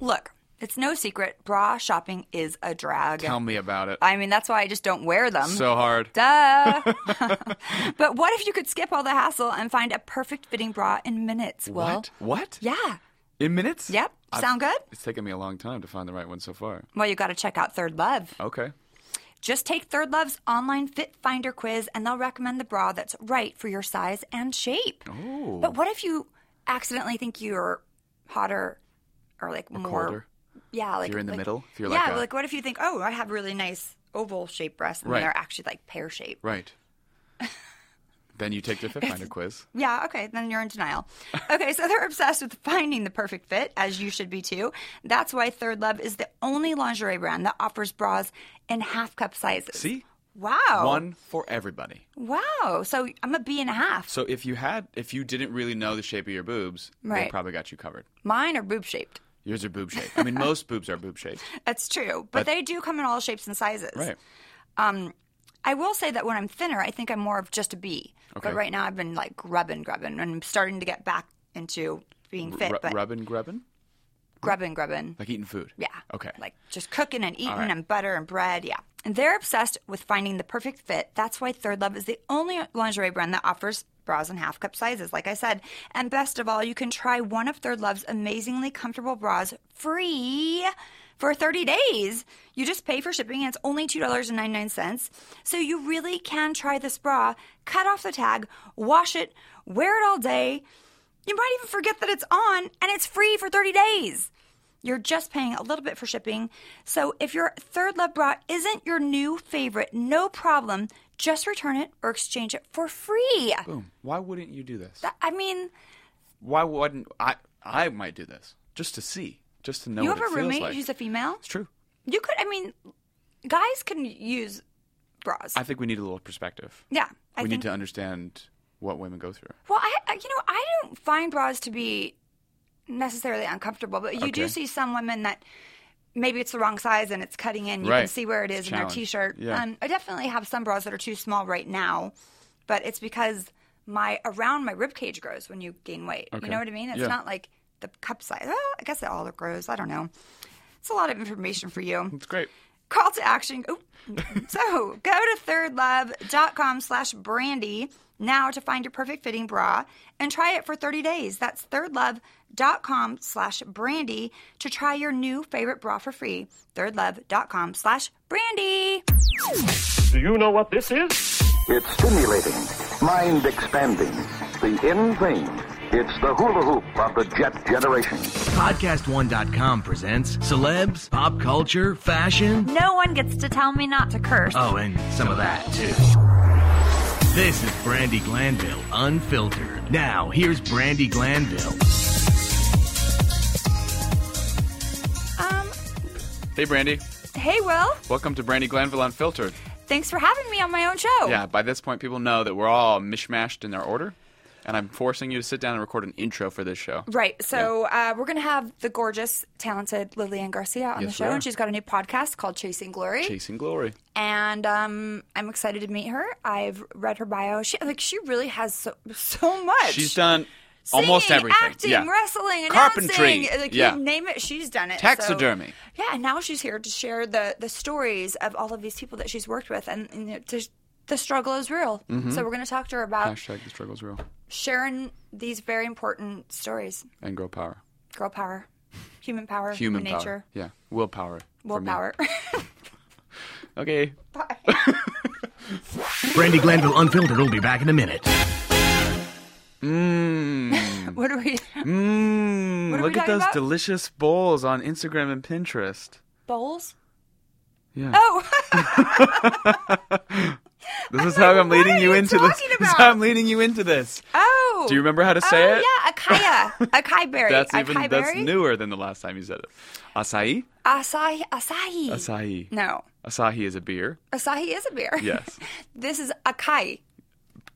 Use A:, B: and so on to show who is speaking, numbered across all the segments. A: Look, it's no secret, bra shopping is a drag.
B: Tell me about it.
A: I mean, that's why I just don't wear them.
B: so hard.
A: Duh. but what if you could skip all the hassle and find a perfect fitting bra in minutes? Well,
B: what? What?
A: yeah.
B: In minutes?
A: Yep.
B: I've-
A: Sound good?
B: It's taken me a long time to find the right one so far.
A: Well, you got to check out Third Love.
B: Okay.
A: Just take Third Love's online fit finder quiz and they'll recommend the bra that's right for your size and shape.
B: Oh.
A: But what if you accidentally think you're hotter or like more
B: Colder.
A: Yeah, like
B: you're in the
A: like-
B: middle, if you're
A: yeah,
B: like a-
A: like what if you think, oh, I have really nice oval shaped breasts, and
B: Right.
A: they're actually like pear shaped.
B: Right. then you take the fit finder quiz.
A: Yeah, okay, then you're in denial. Okay, so they're obsessed with finding the perfect fit, as you should be too. That's why Third Love is the only lingerie brand that offers bras in half cup sizes.
B: See?
A: Wow.
B: One for everybody.
A: Wow. So I'm a B and a half.
B: So if you had, if you didn't really know the shape of your boobs, they
A: Right.
B: probably got you covered.
A: Mine are boob shaped.
B: Yours are boob shaped. I mean, most boobs are boob shaped.
A: That's true. But, they do come in all shapes and sizes.
B: Right.
A: I will say that when I'm thinner, I think I'm more of just a B.
B: Okay.
A: But right now I've been like grubbing, grubbing, and I'm starting to get back into being fit,
B: Ru-
A: but
B: rubbing, grubbing?
A: grubbing, grubbing.
B: Like eating food.
A: Yeah.
B: Okay.
A: Like just cooking and eating
B: right.
A: and butter and bread. Yeah. And they're obsessed with finding the perfect fit. That's why Third Love is the only lingerie brand that offers bras in half cup sizes, like I said. And best of all, you can try one of Third Love's amazingly comfortable bras free for 30 days. You just pay for shipping and it's only $2.99. So you really can try this bra, cut off the tag, wash it, wear it all day. You might even forget that it's on and it's free for 30 days. You're just paying a little bit for shipping. So if your third love bra isn't your new favorite, no problem. Just return it or exchange it for free.
B: Boom. Why wouldn't you do this?
A: I mean,
B: Why wouldn't I? I might do this just to see, just to know
A: you
B: what
A: have
B: it
A: a
B: feels
A: roommate
B: like.
A: who's a female.
B: it's true.
A: You could, I mean, guys can use bras.
B: I think we need a little perspective.
A: yeah. I
B: we
A: think,
B: need to understand what women go through.
A: well, I, I- you know, I don't find bras to be necessarily uncomfortable, but you
B: Okay.
A: do see some women that maybe it's the wrong size and it's cutting in. You can
B: Right.
A: see where it is
B: It's a
A: in their
B: challenge.
A: t-shirt.
B: Yeah.
A: Um, I definitely have some bras that are too small right now, but it's because my around my rib cage grows when you gain weight.
B: Okay.
A: You know what I mean? It's
B: Yeah.
A: not like the cup size. Oh, I guess it all grows. I don't know. It's a lot of information for you
B: It's great.
A: call to action. Oh, so go to thirdlove.com slash brandy now to find your perfect fitting bra and try it for 30 days. That's thirdlove.com slash brandy to try your new favorite bra for free. Thirdlove.com slash brandy.
C: Do you know what this is?
D: It's stimulating, mind expanding, the in thing. It's the hula hoop of the jet generation.
E: Podcast1.com presents celebs, pop culture, fashion.
A: No one gets to tell me not to curse.
E: Oh, and some of that, too. This is Brandy Glanville, unfiltered. Now, here's Brandy Glanville.
A: Um,
B: Hey, Brandy.
A: hey, Will.
B: Welcome to Brandy Glanville Unfiltered.
A: Thanks for having me on my own show.
B: Yeah, by this point, people know that we're all mishmashed in our order, and I'm forcing you to sit down and record an intro for this show.
A: Right. So uh, we're going to have the gorgeous, talented Lillian Garcia on
B: Yes,
A: the
B: we
A: show,
B: are.
A: and she's got a new podcast called Chasing Glory.
B: Chasing glory.
A: and um, I'm excited to meet her. I've read her bio. She like she really has so, so much.
B: She's done
A: Singing,
B: almost everything.
A: Acting,
B: yeah.
A: wrestling,
B: Carpentry.
A: announcing, uh, like
B: Yeah.
A: you name it, she's done it. So-
B: Taxidermy.
A: yeah, and now she's here to share the the stories of all of these people that she's worked with, and, and you know, to, the struggle is real.
B: Mm-hmm.
A: So we're going to talk to her about
B: Hashtag the struggle's real.
A: sharing these very important stories:
B: And girl power.
A: girl power, human power,
B: Human
A: nature,
B: power. Yeah. Willpower. for me.
A: willpower.
B: Okay.
E: Brandy Glanville, unfiltered, will be back in a minute.
A: what are we?
B: Mm. Mmm.
A: What are
B: Mm, Look
A: we
B: at
A: talking
B: those
A: about?
B: delicious bowls on Instagram and Pinterest.
A: Bowls.
B: Yeah.
A: Oh.
B: this is how I'm
A: what
B: leading
A: are
B: you
A: you
B: into this.
A: talking
B: This is
A: about?
B: how I'm leading you into this.
A: Oh.
B: Do you remember how to say
A: oh,
B: it?
A: Yeah, acai, acai berry.
B: That's
A: acai
B: even that's
A: berry?
B: newer than the last time you said it. Asahi?
A: Asahi, asahi.
B: Asahi.
A: No,
B: Asahi is a beer.
A: asahi is a beer.
B: Yes.
A: this is acai.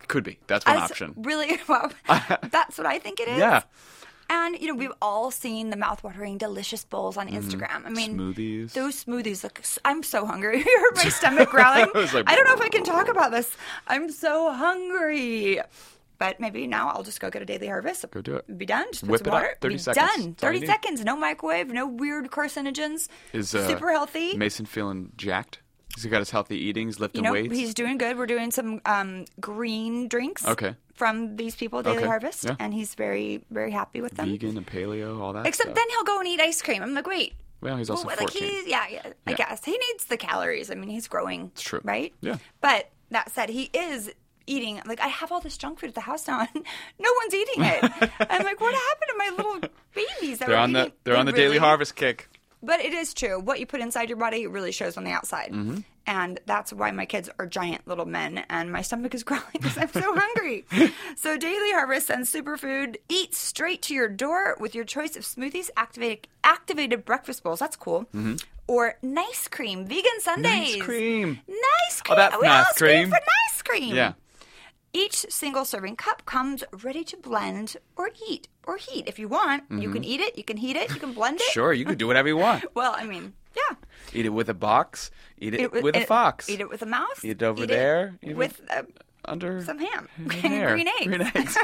B: Could be. That's one
A: That's
B: option.
A: Really, well, that's what I think it is.
B: Yeah.
A: And you know, we've all seen the mouth-watering, delicious bowls on Instagram. I mean,
B: Mm-hmm. Smoothies.
A: Those smoothies. Like, s- I'm so hungry. you heard my stomach growling.
B: was like,
A: I don't know if I can talk about this. I'm so hungry. But maybe now I'll just go get a daily harvest.
B: Go do it.
A: Be done. Just put
B: Whip
A: some
B: it up.
A: water.
B: 30
A: be
B: seconds. That's all
A: Done. Thirty
B: you need.
A: seconds. No microwave. No weird carcinogens.
B: Is uh,
A: super healthy.
B: Mason feeling jacked? He's got his healthy eatings,
A: you
B: lifting
A: know
B: weights.
A: he's doing good. We're doing some um, green drinks.
B: Okay.
A: From these people, Daily
B: Okay.
A: Harvest,
B: Yeah.
A: and he's very very happy with them.
B: vegan and paleo, all that.
A: Except
B: stuff.
A: then he'll go and eat ice cream. I'm like, wait.
B: Well, he's also
A: Well, like
B: 14.
A: he, yeah, yeah, I
B: Yeah.
A: guess he needs the calories. I mean, he's growing. It's
B: true.
A: right?
B: Yeah.
A: But that said, he is eating. Like I have all this junk food at the house now, and no one's eating it. I'm like, what happened to my little babies? That
B: they're
A: were
B: on the
A: eating-
B: they're
A: they
B: on the
A: really-
B: daily harvest kick.
A: But it is true. What you put inside your body really shows on the outside.
B: Mm-hmm.
A: And that's why my kids are giant little men, and my stomach is growling because I'm so hungry. so, Daily Harvest sends superfood. Eat straight to your door with your choice of smoothies, activated, activated breakfast bowls. That's cool. Or nice cream, vegan Sundays.
B: Mm-hmm. cream. Oh,
A: Nice cream.
B: that's
A: we
B: nice
A: all scream
B: cream.
A: for nice cream.
B: Yeah.
A: Each single serving cup comes ready to blend or eat or heat. If you want, you can eat it, you can heat it, you can blend it.
B: Mm-hmm. Sure, you could do whatever you want.
A: Well, I mean, yeah.
B: Eat it with a box. Eat it,
A: wi-
B: with a
A: it-
B: fox.
A: Eat it with a mouse.
B: Eat it over there. Eat it
A: with uh,
B: under
A: some ham.
B: there.
A: green eggs.
B: Green eggs.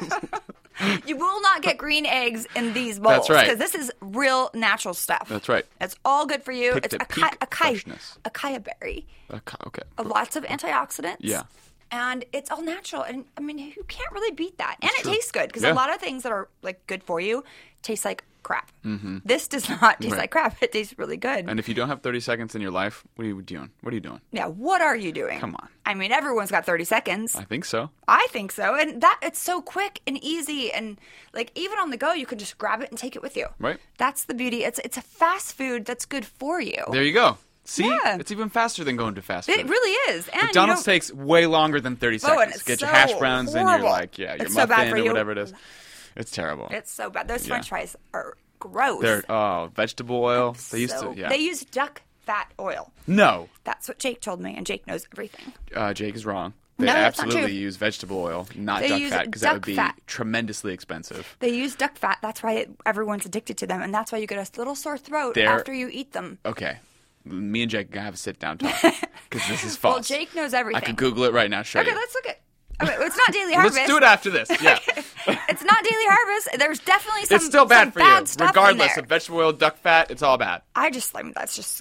A: you will not get green eggs in these bowls.
B: That's right.
A: Because this is real natural stuff.
B: That's right.
A: It's all good for you.
B: Picked
A: it's
B: at
A: acai,
B: peak freshness.
A: acai, acai berry.
B: okay. okay.
A: Lots of antioxidants.
B: Yeah.
A: And it's all natural. And I mean, you can't really beat that. And it
B: true.
A: tastes good because
B: Yeah.
A: a lot of things that are like good for you taste like crap. This does not taste
B: Mm-hmm. Right.
A: like crap. It tastes really good.
B: And if you don't have 30 seconds in your life, what are you doing? What are you doing?
A: Now, what are you doing?
B: Come on.
A: I mean, everyone's got 30 seconds.
B: I think so.
A: I think so. And that it's so quick and easy and like even on the go you can just grab it and take it with you.
B: Right.
A: That's the beauty. It's it's a fast food that's good for you.
B: There you go. See,
A: Yeah.
B: it's even faster than going to fast food.
A: it really is. And
B: McDonald's
A: you know,
B: takes way longer than 30
A: Oh, and
B: seconds.
A: it's
B: Get your
A: so
B: hash browns and
A: horrible.
B: you're like, yeah, your
A: It's so
B: muffin
A: bad for
B: or
A: you.
B: whatever it is. It's terrible.
A: it's so bad. Those
B: Yeah.
A: french fries are gross.
B: They're, oh, vegetable oil. They used
A: So-
B: to, yeah.
A: They use duck fat oil.
B: no,
A: That's what Jake told me and Jake knows everything.
B: uh, Jake is wrong. They
A: No, that's not
B: absolutely
A: true.
B: use vegetable oil, not
A: They
B: duck
A: use
B: fat, because that would
A: duck
B: be
A: fat.
B: tremendously expensive.
A: They use duck fat. That's why it, everyone's addicted to them and that's why you get a little sore throat
B: They're-
A: after you eat them.
B: Okay. Me and Jake are gonna have a sit down talk because this is false.
A: Well, Jake knows
B: I
A: everything.
B: could Google it right now. Show
A: Okay,
B: you.
A: let's look at Okay, well, it's not Daily Harvest.
B: Let's do it after this. Yeah,
A: It's not Daily Harvest. There's definitely some
B: it's still bad
A: some
B: for
A: bad
B: you,
A: stuff in
B: regardless
A: there.
B: of vegetable oil, duck fat. It's all bad.
A: I just I mean, that's just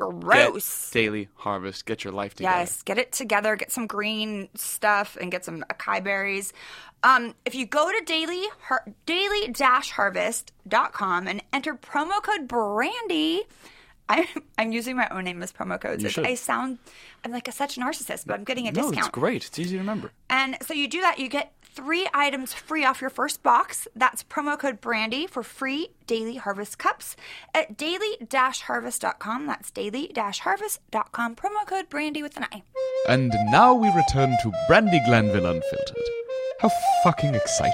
B: Get
A: gross.
B: daily harvest. Get your life together.
A: yes, get it together. Get some green stuff and get some acai berries. Um, if you go to daily har- daily harvest.com and enter promo code Brandy. I'm, I'm using my own name as promo codes. It's-
B: should.
A: I sound I'm like a, such a narcissist, but I'm getting a
B: No,
A: discount.
B: Oh, it's great. It's easy to remember.
A: And so you do that, you get three items free off your first box. That's promo code BRANDY for free daily harvest cups at daily harvest.com. That's daily harvest.com. Promo code BRANDY with an I.
F: And now we return to Brandy Glanville Unfiltered. How fucking exciting.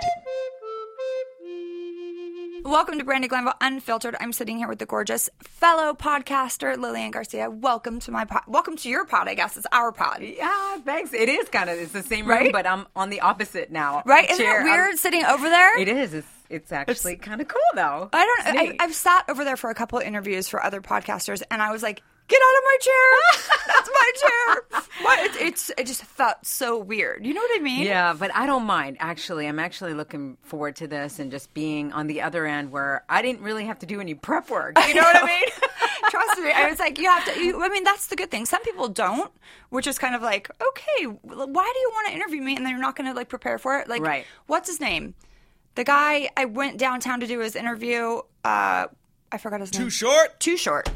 A: Welcome to Brandy Glanville Unfiltered. I'm sitting here with the gorgeous fellow podcaster Lillian Garcia. Welcome to my pod. Welcome to your pod, I guess. It's our pod.
G: Yeah, thanks. It is kind of it's the same
A: Right?
G: room, but I'm on the opposite now.
A: Right? Isn't
G: Chair,
A: it
G: I'm-
A: weird sitting over there?
G: It is. It's it's actually kind of cool though.
A: I don't.
G: It's
A: I,
G: neat.
A: I've sat over there for a couple of interviews for other podcasters, and I was like, "Get out of my chair! That's my chair." What? It, it's. It just felt so weird. You know what I mean?
G: yeah, but I don't mind. Actually, I'm actually looking forward to this and just being on the other end where I didn't really have to do any prep work. You know what I mean?
A: Trust me. I was like, you have to. You, I mean, that's the good thing. Some people don't, which is kind of like, okay, why do you want to interview me and then you're not going to like prepare for it? Like,
G: Right.
A: what's his name? The guy I went downtown to do his interview. Uh, I forgot his name.
H: Too short? Oh.
A: Too short.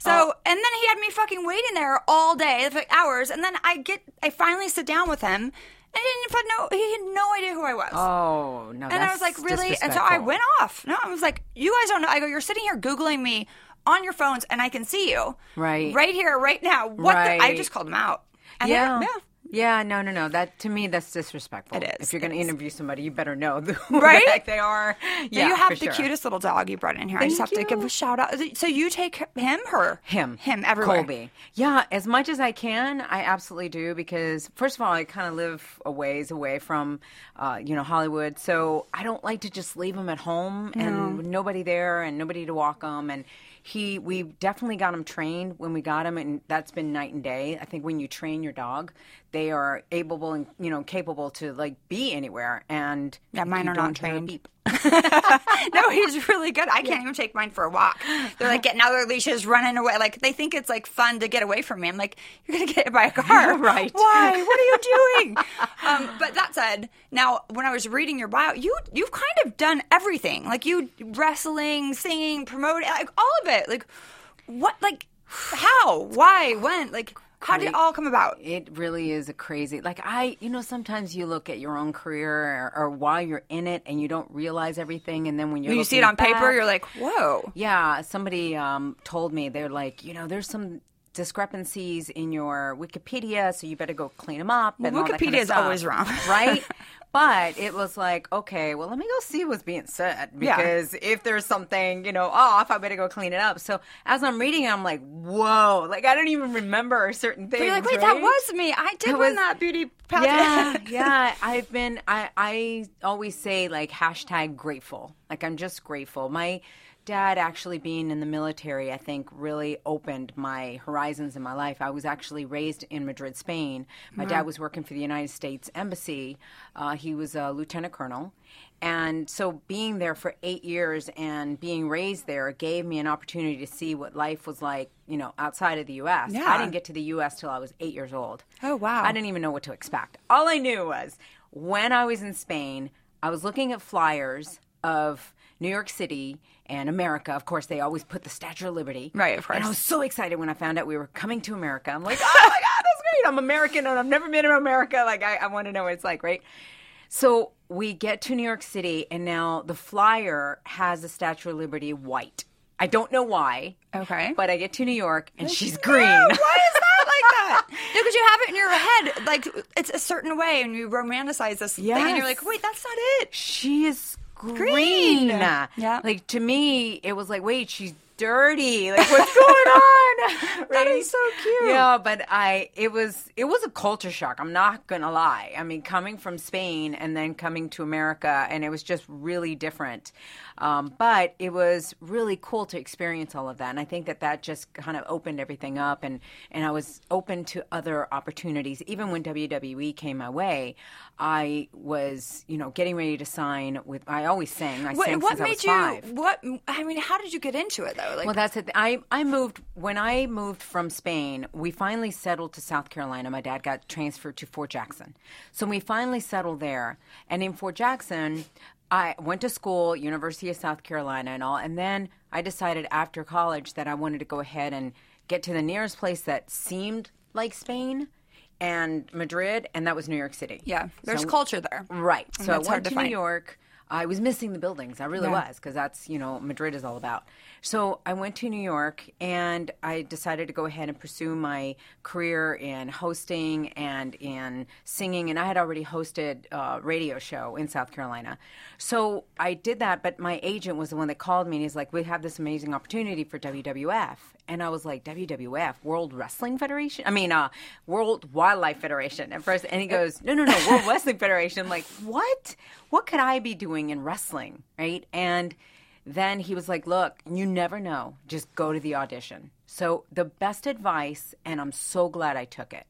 A: So, and then he had me fucking waiting there all day, for hours, and then I get, I finally sit down with him, and he didn't even know, he had no idea who I was.
G: Oh no!
A: And I was
G: that's
A: like, really? And so I
G: disrespectful.
A: went off. No, I was like, you guys don't know. I go, you're sitting here Googling me on your phones and I can see you.
G: Right.
A: Right here, right now. What
G: Right.
A: the? I just called him out. And they-
G: Yeah.
A: yeah.
G: Yeah, no, no, no. That to me, that's disrespectful.
A: It is.
G: If you're going
A: It
G: to
A: is.
G: interview somebody, you better know who
A: Right?
G: the heck they are. Yeah,
A: you have
G: for
A: the
G: sure.
A: cutest little dog you brought in here. I just have
G: Thank
A: to give
G: you.
A: a shout out. So you take him, her?
G: Him.
A: Him, everywhere.
G: Colby. Yeah, as much as I can, I absolutely do because, first of all, I kind of live a ways away from, uh, you know, Hollywood. So I don't like to just leave him at home and nobody there and nobody to walk him. And he we definitely got him trained when we got him, and that's been night and day. I think when you train your dog, they are able and you know capable to like be anywhere. And
A: Yeah,
G: if
A: mine
G: you
A: are not
G: don't hear a
A: trained.
G: beep.
A: no, he's really good. I can't even take mine for a walk. They're like getting out of their leashes, running away. Like they think it's like fun to get away from me. I'm like, you're gonna get hit by a car,
G: Right.
A: Why? What are you doing? um, but that said, now when I was reading your bio, you you've kind of done everything. Like you wrestling, singing, promoting, like all of it. Like what? Like how? Why? When? Like how did it
G: Great.
A: all come about?
G: It really is a crazy. Like I, you know, sometimes you look at your own career or, or while you're in it, and you don't realize everything. And then when you're
A: When you see it
G: looking
A: on paper,
G: back-
A: you're like, whoa.
G: Yeah, somebody um, told me they're like, you know, there's some discrepancies in your Wikipedia, so you better go clean them up. And all that kind
A: Wikipedia
G: of
A: is
G: stuff,
A: always wrong.
G: right? But it was like, okay, well, let me go see what's being said
A: Yeah.
G: because if there's something, you know, off, I better go clean it up. So as I'm reading, it, I'm like, whoa, like I don't even remember certain things.
A: But you're like, wait, that
G: right?
A: was me. I did
G: That
A: win
G: was-
A: that beauty pageant.
G: Yeah, yeah. I've been. I I always say like hashtag grateful. Like I'm just grateful. My dad actually being in the military, I think, really opened my horizons in my life. I was actually raised in Madrid, Spain. My dad was working for the United States Embassy. Uh, he was a lieutenant colonel. And so being there for eight years and being raised there gave me an opportunity to see what life was like, you know, outside of the U.S.
A: Yeah.
G: I didn't get to the U.S. till I was eight years old.
A: Oh, wow.
G: I didn't even know what to expect. All I knew was when I was in Spain, I was looking at flyers of New York City and America. Of course, they always put the Statue of Liberty.
A: Right, of course.
G: And I was so excited when I found out we were coming to America. I'm like, oh my God, that's great. I'm American and I've never been to America. Like, I, I want to know what it's like, right? So we get to New York City, and now the flyer has the Statue of Liberty white. I don't know why.
A: Okay.
G: But I get to New York, and she's green.
A: Why is that like that? No, because you have it in your head, like it's a certain way, and you romanticize this thing, and you're
G: Yes.
A: like, wait, that's not it.
G: she is green.
A: Green. Yeah.
G: Like to me, it was like, wait, she's dirty. Like what's going on?
A: That is so cute.
G: Yeah, but I it was it was a culture shock. I'm not gonna lie. I mean, coming from Spain and then coming to America, and it was just really different. Um, but it was really cool to experience all of that, and I think that that just kind of opened everything up, and and I was open to other opportunities. Even when WWE came my way, I was you know getting ready to sign with. I always sang. I sang
A: What, what
G: since I
A: made
G: was
A: you?
G: five.
A: What I mean, how did you get into it though? Like,
G: Well, that's it. I I moved when I moved from Spain. We finally settled to South Carolina. My dad got transferred to Fort Jackson, so we finally settled there. And in Fort Jackson, I went to school, University of South Carolina, and all. And then I decided after college that I wanted to go ahead and get to the nearest place that seemed like Spain and Madrid, and that was New York City.
A: yeah, there's
G: So-
A: culture there.
G: Right. So I
A: that's hard
G: went
A: to
G: to,
A: find.
G: New York. I was missing the buildings. I really
A: Yeah.
G: was because that's you know Madrid is all about. So I went to New York and I decided to go ahead and pursue my career in hosting and in singing. And I had already hosted a radio show in South Carolina, so I did that. But my agent was the one that called me and he's like, "We have this amazing opportunity for WWF," and I was like, "WWF, World Wrestling Federation? I mean, uh, World Wildlife Federation." At first, and he goes, "No, no, no, World Wrestling Federation." I'm like, "What? What could I be doing in wrestling?" Right? And then he was like, "Look, you never know. Just go to the audition." So the best advice, and I'm so glad I took it,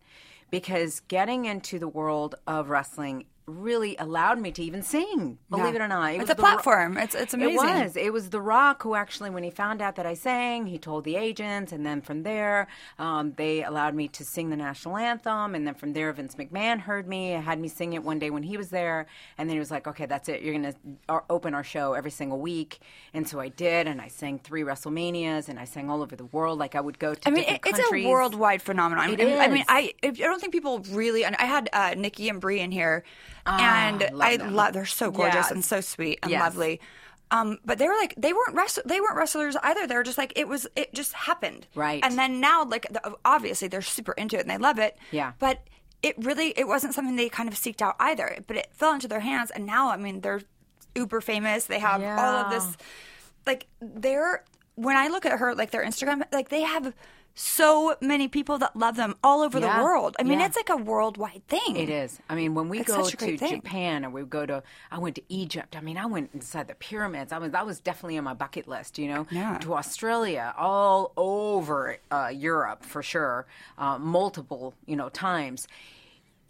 G: because getting into the world of wrestling really allowed me to even sing. Believe it or not, It
A: It's
G: was
A: a
G: the ro-
A: platform. It's- it's amazing.
G: It was. It was The Rock who actually, when he found out that I sang, he told the agents, and then from there, um, they allowed me to sing the national anthem, and then from there, Vince McMahon heard me, had me sing it one day when he was there, and then he was like, "Okay, that's it. You're gonna uh, open our show every single week," and so I did, and I sang three WrestleManias, and I sang all over the world. Like I would go to
A: I mean, it,
G: different
A: it's
G: countries.
A: a worldwide phenomenon.
G: It
A: I mean, I, mean
G: is.
A: I, I don't think people really. And I had uh, Nikki and Brie in here, and
G: Ah, love
A: I
G: them.
A: love. They're so gorgeous
G: Yes.
A: and so sweet and
G: Yes.
A: lovely. Um, but they were like they weren't wrest- they weren't wrestlers either. They were just like it was it just happened.
G: Right.
A: And then now like the, obviously they're super into it and they love it.
G: Yeah.
A: But it really it wasn't something they kind of seeked out either. But it fell into their hands and now I mean they're uber famous. They have all of
G: Yeah.
A: this like they're when I look at her like their Instagram, like they have so many people that love them all over
G: Yeah.
A: the world. I mean,
G: Yeah.
A: it's like a worldwide thing.
G: It is. I mean, when we
A: It's
G: go
A: such a
G: to
A: great thing.
G: Japan or we go to, I went to Egypt. I mean, I went inside the pyramids. I was that was definitely on my bucket list. You know,
A: Yeah.
G: to Australia, all over uh, Europe for sure, uh, multiple you know times.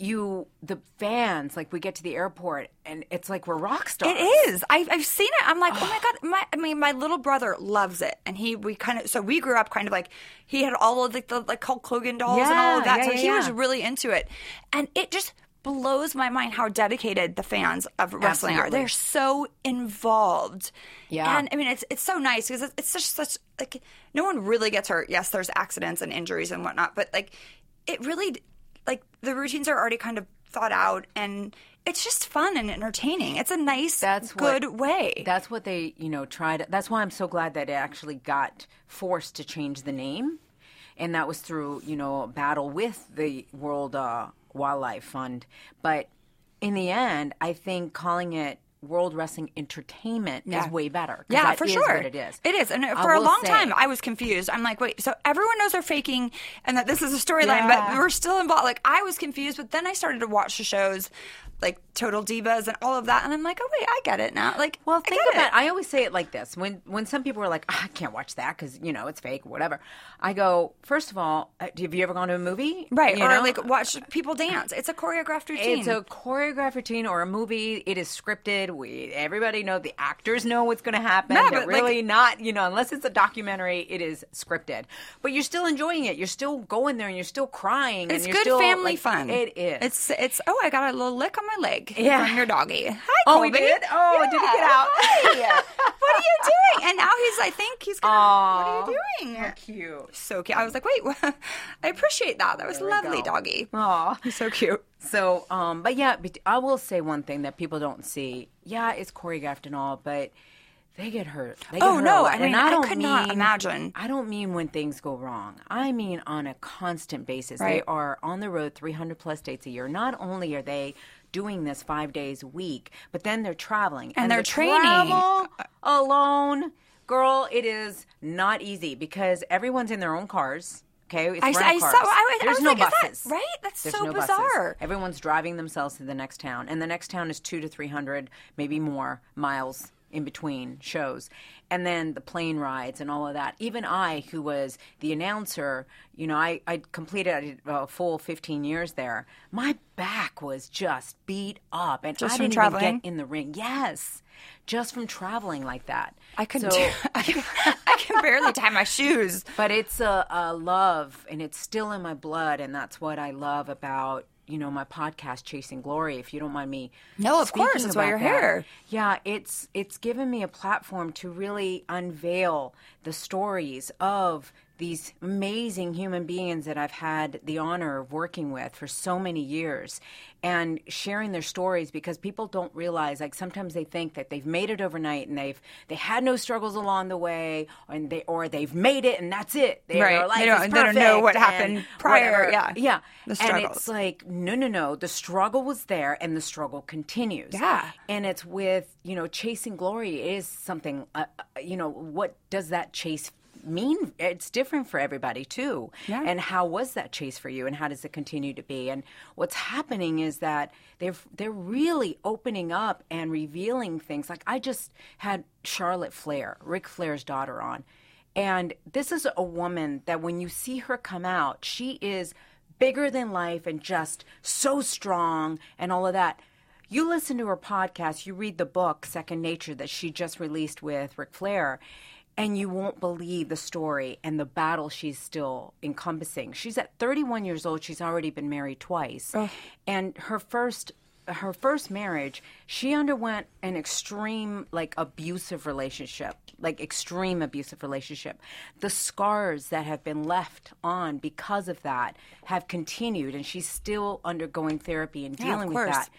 G: You the fans like we get to the airport and it's like we're rock stars.
A: It is. I, I've seen it. I'm like, oh my god. My, I mean, my little brother loves it, and he we kind of so we grew up kind of like he had all of the, the like Hulk Hogan dolls and all of
G: Yeah,
A: that, so
G: yeah,
A: he
G: yeah,
A: was
G: yeah.
A: really into it, and it just blows my mind how dedicated the fans of wrestling are.
G: Absolutely.
A: They're so involved.
G: Yeah.
A: and I mean, it's it's so nice because it's, it's such such like no one really gets hurt. Yes, there's accidents and injuries and whatnot, but like it really like the routines are already kind of thought out and. It's just fun and entertaining. It's a nice
G: that's what-
A: good way.
G: That's what they, you know, tried. That's why I'm so glad that it actually got forced to change the name, and that was through, you know, a battle with the World uh, Wildlife Fund. But in the end, I think calling it World Wrestling Entertainment
A: Yeah.
G: is way better. 'cause
A: Yeah,
G: that
A: for
G: is
A: sure.
G: what it is.
A: It is. And
G: I
A: for a
G: will
A: long
G: say-
A: time, I was confused. I'm like, wait, so everyone knows they're faking and that this is a storyline, but
G: Yeah.
A: we're still involved. Like, I was confused, but then I started to watch the shows like Total Divas and all of that. And I'm like, oh, wait, I get it now. Like,
G: Well,
A: I
G: think
A: get
G: about.
A: it.
G: I always say it like this: when when some people are like, "Ah, "I can't watch that because you know it's fake, whatever," I go, first of all, uh, have you ever gone to a movie?"
A: Right.
G: You
A: or
G: know?
A: like watch people dance. It's a choreographed routine.
G: It's a choreographed routine or a movie. It is scripted. We everybody know the actors know what's going to happen.
A: Yeah,
G: They're
A: but, like-
G: really not, you know, unless it's a documentary, it is scripted. But you're still enjoying it. You're still going there and you're still crying.
A: It's
G: and you're
A: good
G: still,
A: family
G: like,
A: fun.
G: It is.
A: It's it's oh I got a little lick on my leg
G: Yeah.
A: from your doggy. Hi,
G: Oh, we
A: Colby.
G: did? Oh, did he get out?
A: Hi. what are you doing? And now he's I think he's gonna. What are you doing?
G: cute.
A: so cute. I was like, wait, what? I appreciate that. That was lovely, doggy.
G: Aw.
A: He's so cute.
G: So, um, but yeah, but I will say one thing that people don't see. Yeah, it's choreographed and all, but they get hurt. They get
A: Oh,
G: hurt a
A: no,
G: lot.
A: I mean,
G: and
A: I
G: I don't
A: could
G: mean,
A: not imagine.
G: I don't mean when things go wrong. I mean on a constant basis. They
A: Right.
G: are on the road 300 plus dates a year. Not only are they doing this five days a week, but then they're traveling and,
A: they're
G: the
A: training.
G: travel alone. Girl, it is not easy because everyone's in their own cars. Okay, it's
A: I,
G: rental
A: I saw. I,
G: cars.
A: was- I
G: There's
A: was
G: no
A: like,
G: buses,
A: is that right? That's
G: There's
A: so
G: no buses.
A: bizarre.
G: Everyone's driving themselves to the next town, and the next town is two to three hundred, maybe more miles in between shows, and then the plane rides and all of that. Even I, who was the announcer, you know, I I completed I did a full fifteen years there. My back was just beat up, and
A: Just
G: I
A: from
G: didn't
A: traveling?
G: even get in the ring. Yes, just from traveling like that.
A: I could.
G: So-
A: I, can, I can barely tie my shoes.
G: but it's a, a love and it's still in my blood and that's what i love about you know my podcast chasing glory if you don't mind me
A: No, of
G: speaking
A: course, that's why
G: about
A: you're
G: that.
A: here.
G: yeah it's it's given me a platform to really unveil the stories of these amazing human beings that I've had the honor of working with for so many years and sharing their stories because people don't realize like sometimes they think that they've made it overnight and they've they had no struggles along the way and they or they've made it and that's it they,
A: Right.
G: their life
A: They
G: is
A: don't- they don't know
G: perfect
A: what
G: and
A: happened prior.
G: whatever.
A: Yeah.
G: yeah
A: The
G: and
A: struggles.
G: it's like no no no the struggle was there and the struggle continues
A: Yeah.
G: and it's with you know chasing glory is something uh, uh, you know what does that chase mean it's different for everybody too
A: Yeah.
G: and how was that chase for you and how does it continue to be and what's happening is that they're they're really opening up and revealing things like i just had charlotte flair rick flair's daughter on and this is a woman that when you see her come out she is bigger than life and just so strong and all of that you listen to her podcast, you read the book Second Nature that she just released with Ric Flair, and you won't believe the story and the battle she's still encompassing. She's at 31 years old. She's already been married twice, and her first her first marriage, she underwent an extreme, like abusive relationship, like extreme abusive relationship. The scars that have been left on because of that have continued, and she's still undergoing therapy and
A: Yeah, of
G: dealing with
A: course.
G: that.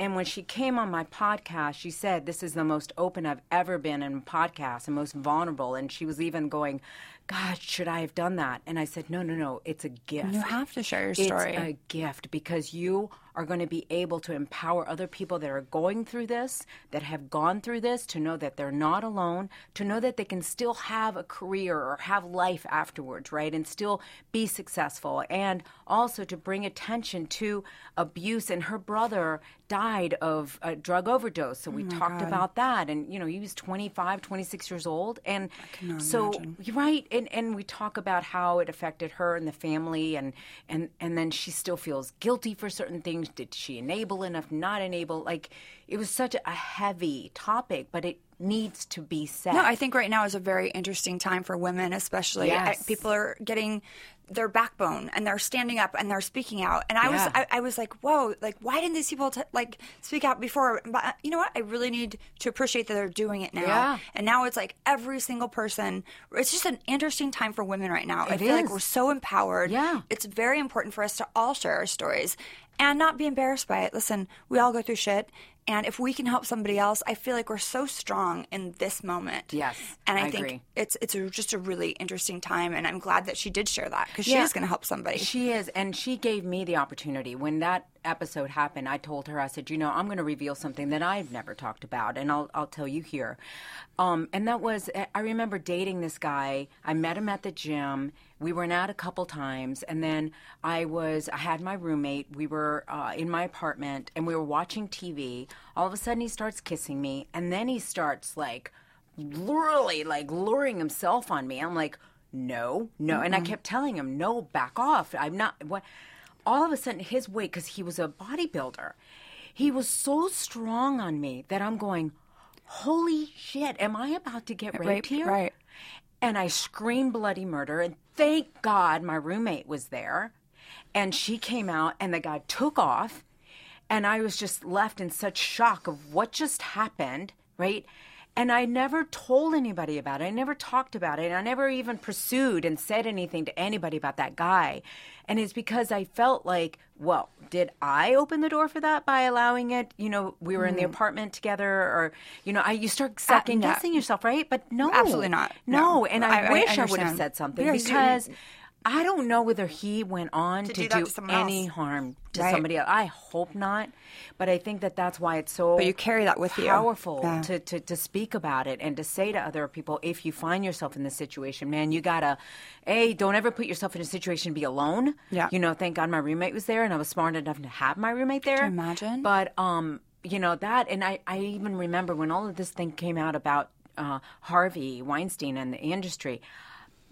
G: And when she came on my podcast, she said, This is the most open I've ever been in a podcast and most vulnerable. And she was even going, God, should I have done that? And I said, No, no, no. It's a gift.
A: You have to share your
G: It's
A: story.
G: a gift because you are going to be able to empower other people that are going through this, that have gone through this, to know that they're not alone, to know that they can still have a career or have life afterwards, right? And still be successful. And also to bring attention to abuse. And her brother died of a drug overdose.
A: Oh
G: So we talked about that. And, you know, he was 25, 26 years old. And so, you're right. And, and we talk about how it affected her and the family. And, and, and then she still feels guilty for certain things. Did she enable enough? Not enable? Like, it was such a heavy topic, but it needs to be said.
A: No, I think right now is a very interesting time for women, especially. I-
G: Yes.
A: people are getting their backbone and they're standing up and they're speaking out. And I was,
G: Yeah.
A: I, I was like, whoa, like why didn't these people t- like speak out before? But uh, you know what? I really need to appreciate that they're doing it now.
G: Yeah.
A: And now it's like every single person. It's just an interesting time for women right now. I
G: It
A: feel like
G: is.
A: we're so empowered.
G: Yeah.
A: It's very important for us to all share our stories and not be embarrassed by it. Listen, we all go through shit. And if we can help somebody else, I feel like we're so strong in this moment.
G: Yes,
A: and I,
G: I
A: think
G: agree.
A: it's it's a, just a really interesting time, and I'm glad that she did share that because she
G: Yeah.
A: is going to help somebody.
G: She is, and she gave me the opportunity when that episode happened. I told her, I said, you know, I'm going to reveal something that I've never talked about, and I'll I'll tell you here. Um, and that was, I remember dating this guy. I met him at the gym. We went out a couple times, and then I was I had my roommate. We were uh, in my apartment, and we were watching TV. All of a sudden, he starts kissing me, and then he starts like really like luring himself on me. I'm like, no, no, and I kept telling him, no, back off. I'm not. What? All of a sudden, his weight because he was a bodybuilder, he was so strong on me that I'm going, holy shit, am I about to get raped,
A: Raped,
G: here?
A: right.
G: And I screamed bloody murder, and thank God my roommate was there, and she came out, and the guy took off and I was just left in such shock of what just happened, right? And I never told anybody about it. I never talked about it. And I never even pursued and said anything to anybody about that guy. And it's because I felt like, well, did I open the door for that by allowing it? You know, we were in the apartment together, or you know, I you start second
A: no.
G: Uh, guessing yourself, right? But no,
A: Absolutely not.
G: No,
A: No.
G: and I,
A: I- I
G: wish I, would have
A: understand.
G: said something
A: Yeah, you-
G: because I don't know whether he went on to,
A: do
G: do,
A: that to someone
G: any
A: else.
G: harm to
A: Right.
G: somebody else. I hope not, but I think that that's why it's so.
A: But you carry that with you.
G: Powerful
A: Yeah.
G: to, to to speak about it and to say to other people, if you find yourself in this situation, man, you gotta, a, don't ever put yourself in a situation to be alone.
A: Yeah.
G: You know, thank God my roommate was there, and I was smart enough to have my roommate there.
A: you imagine?
G: But um, you know that, and I I even remember when all of this thing came out about uh, Harvey Weinstein and the industry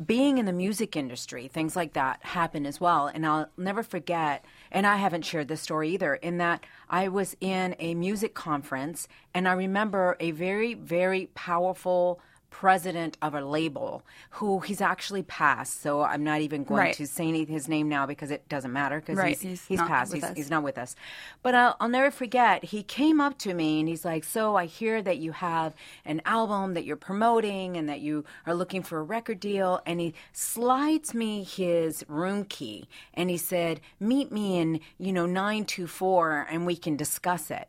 G: being in the music industry, things like that happen as well. And I'll never forget, and I haven't shared this story either, in that I was in a music conference and I remember a very, very powerful president of a label who he's actually passed. So I'm not even going
A: Right.
G: to say any, his name now because it doesn't matter because
A: Right,
G: he's,
A: he's
G: he's,
A: not
G: passed.
A: with
G: He's,
A: us.
G: he's not with us. But I'll, I'll never forget, he came up to me and he's like, So I hear that you have an album that you're promoting and that you are looking for a record deal. And he slides me his room key and he said, Meet me in, you know, 924 and we can discuss it.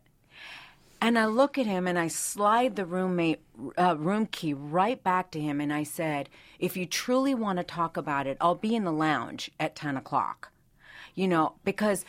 G: And I look at him and I slide the roommate uh, room key right back to him and I said, "If you truly want to talk about it, I'll be in the lounge at ten o'clock." You know, because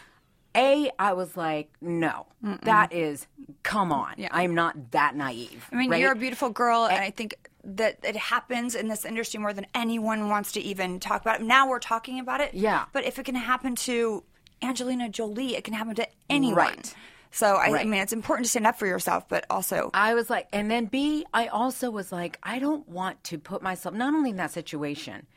G: a I was like, "No, that is come on, I'm not that naive."
A: I mean,
G: right?
A: you're a beautiful girl, and I think that it happens in this industry more than anyone wants to even talk about it. Now we're talking about it.
G: Yeah.
A: But if it can happen to Angelina Jolie, it can happen to anyone.
G: Right.
A: So I, I
G: Right.
A: mean, it's important to stand up for yourself, but also
G: I was like, and then B, I also was like, I don't want to put myself not only in that situation.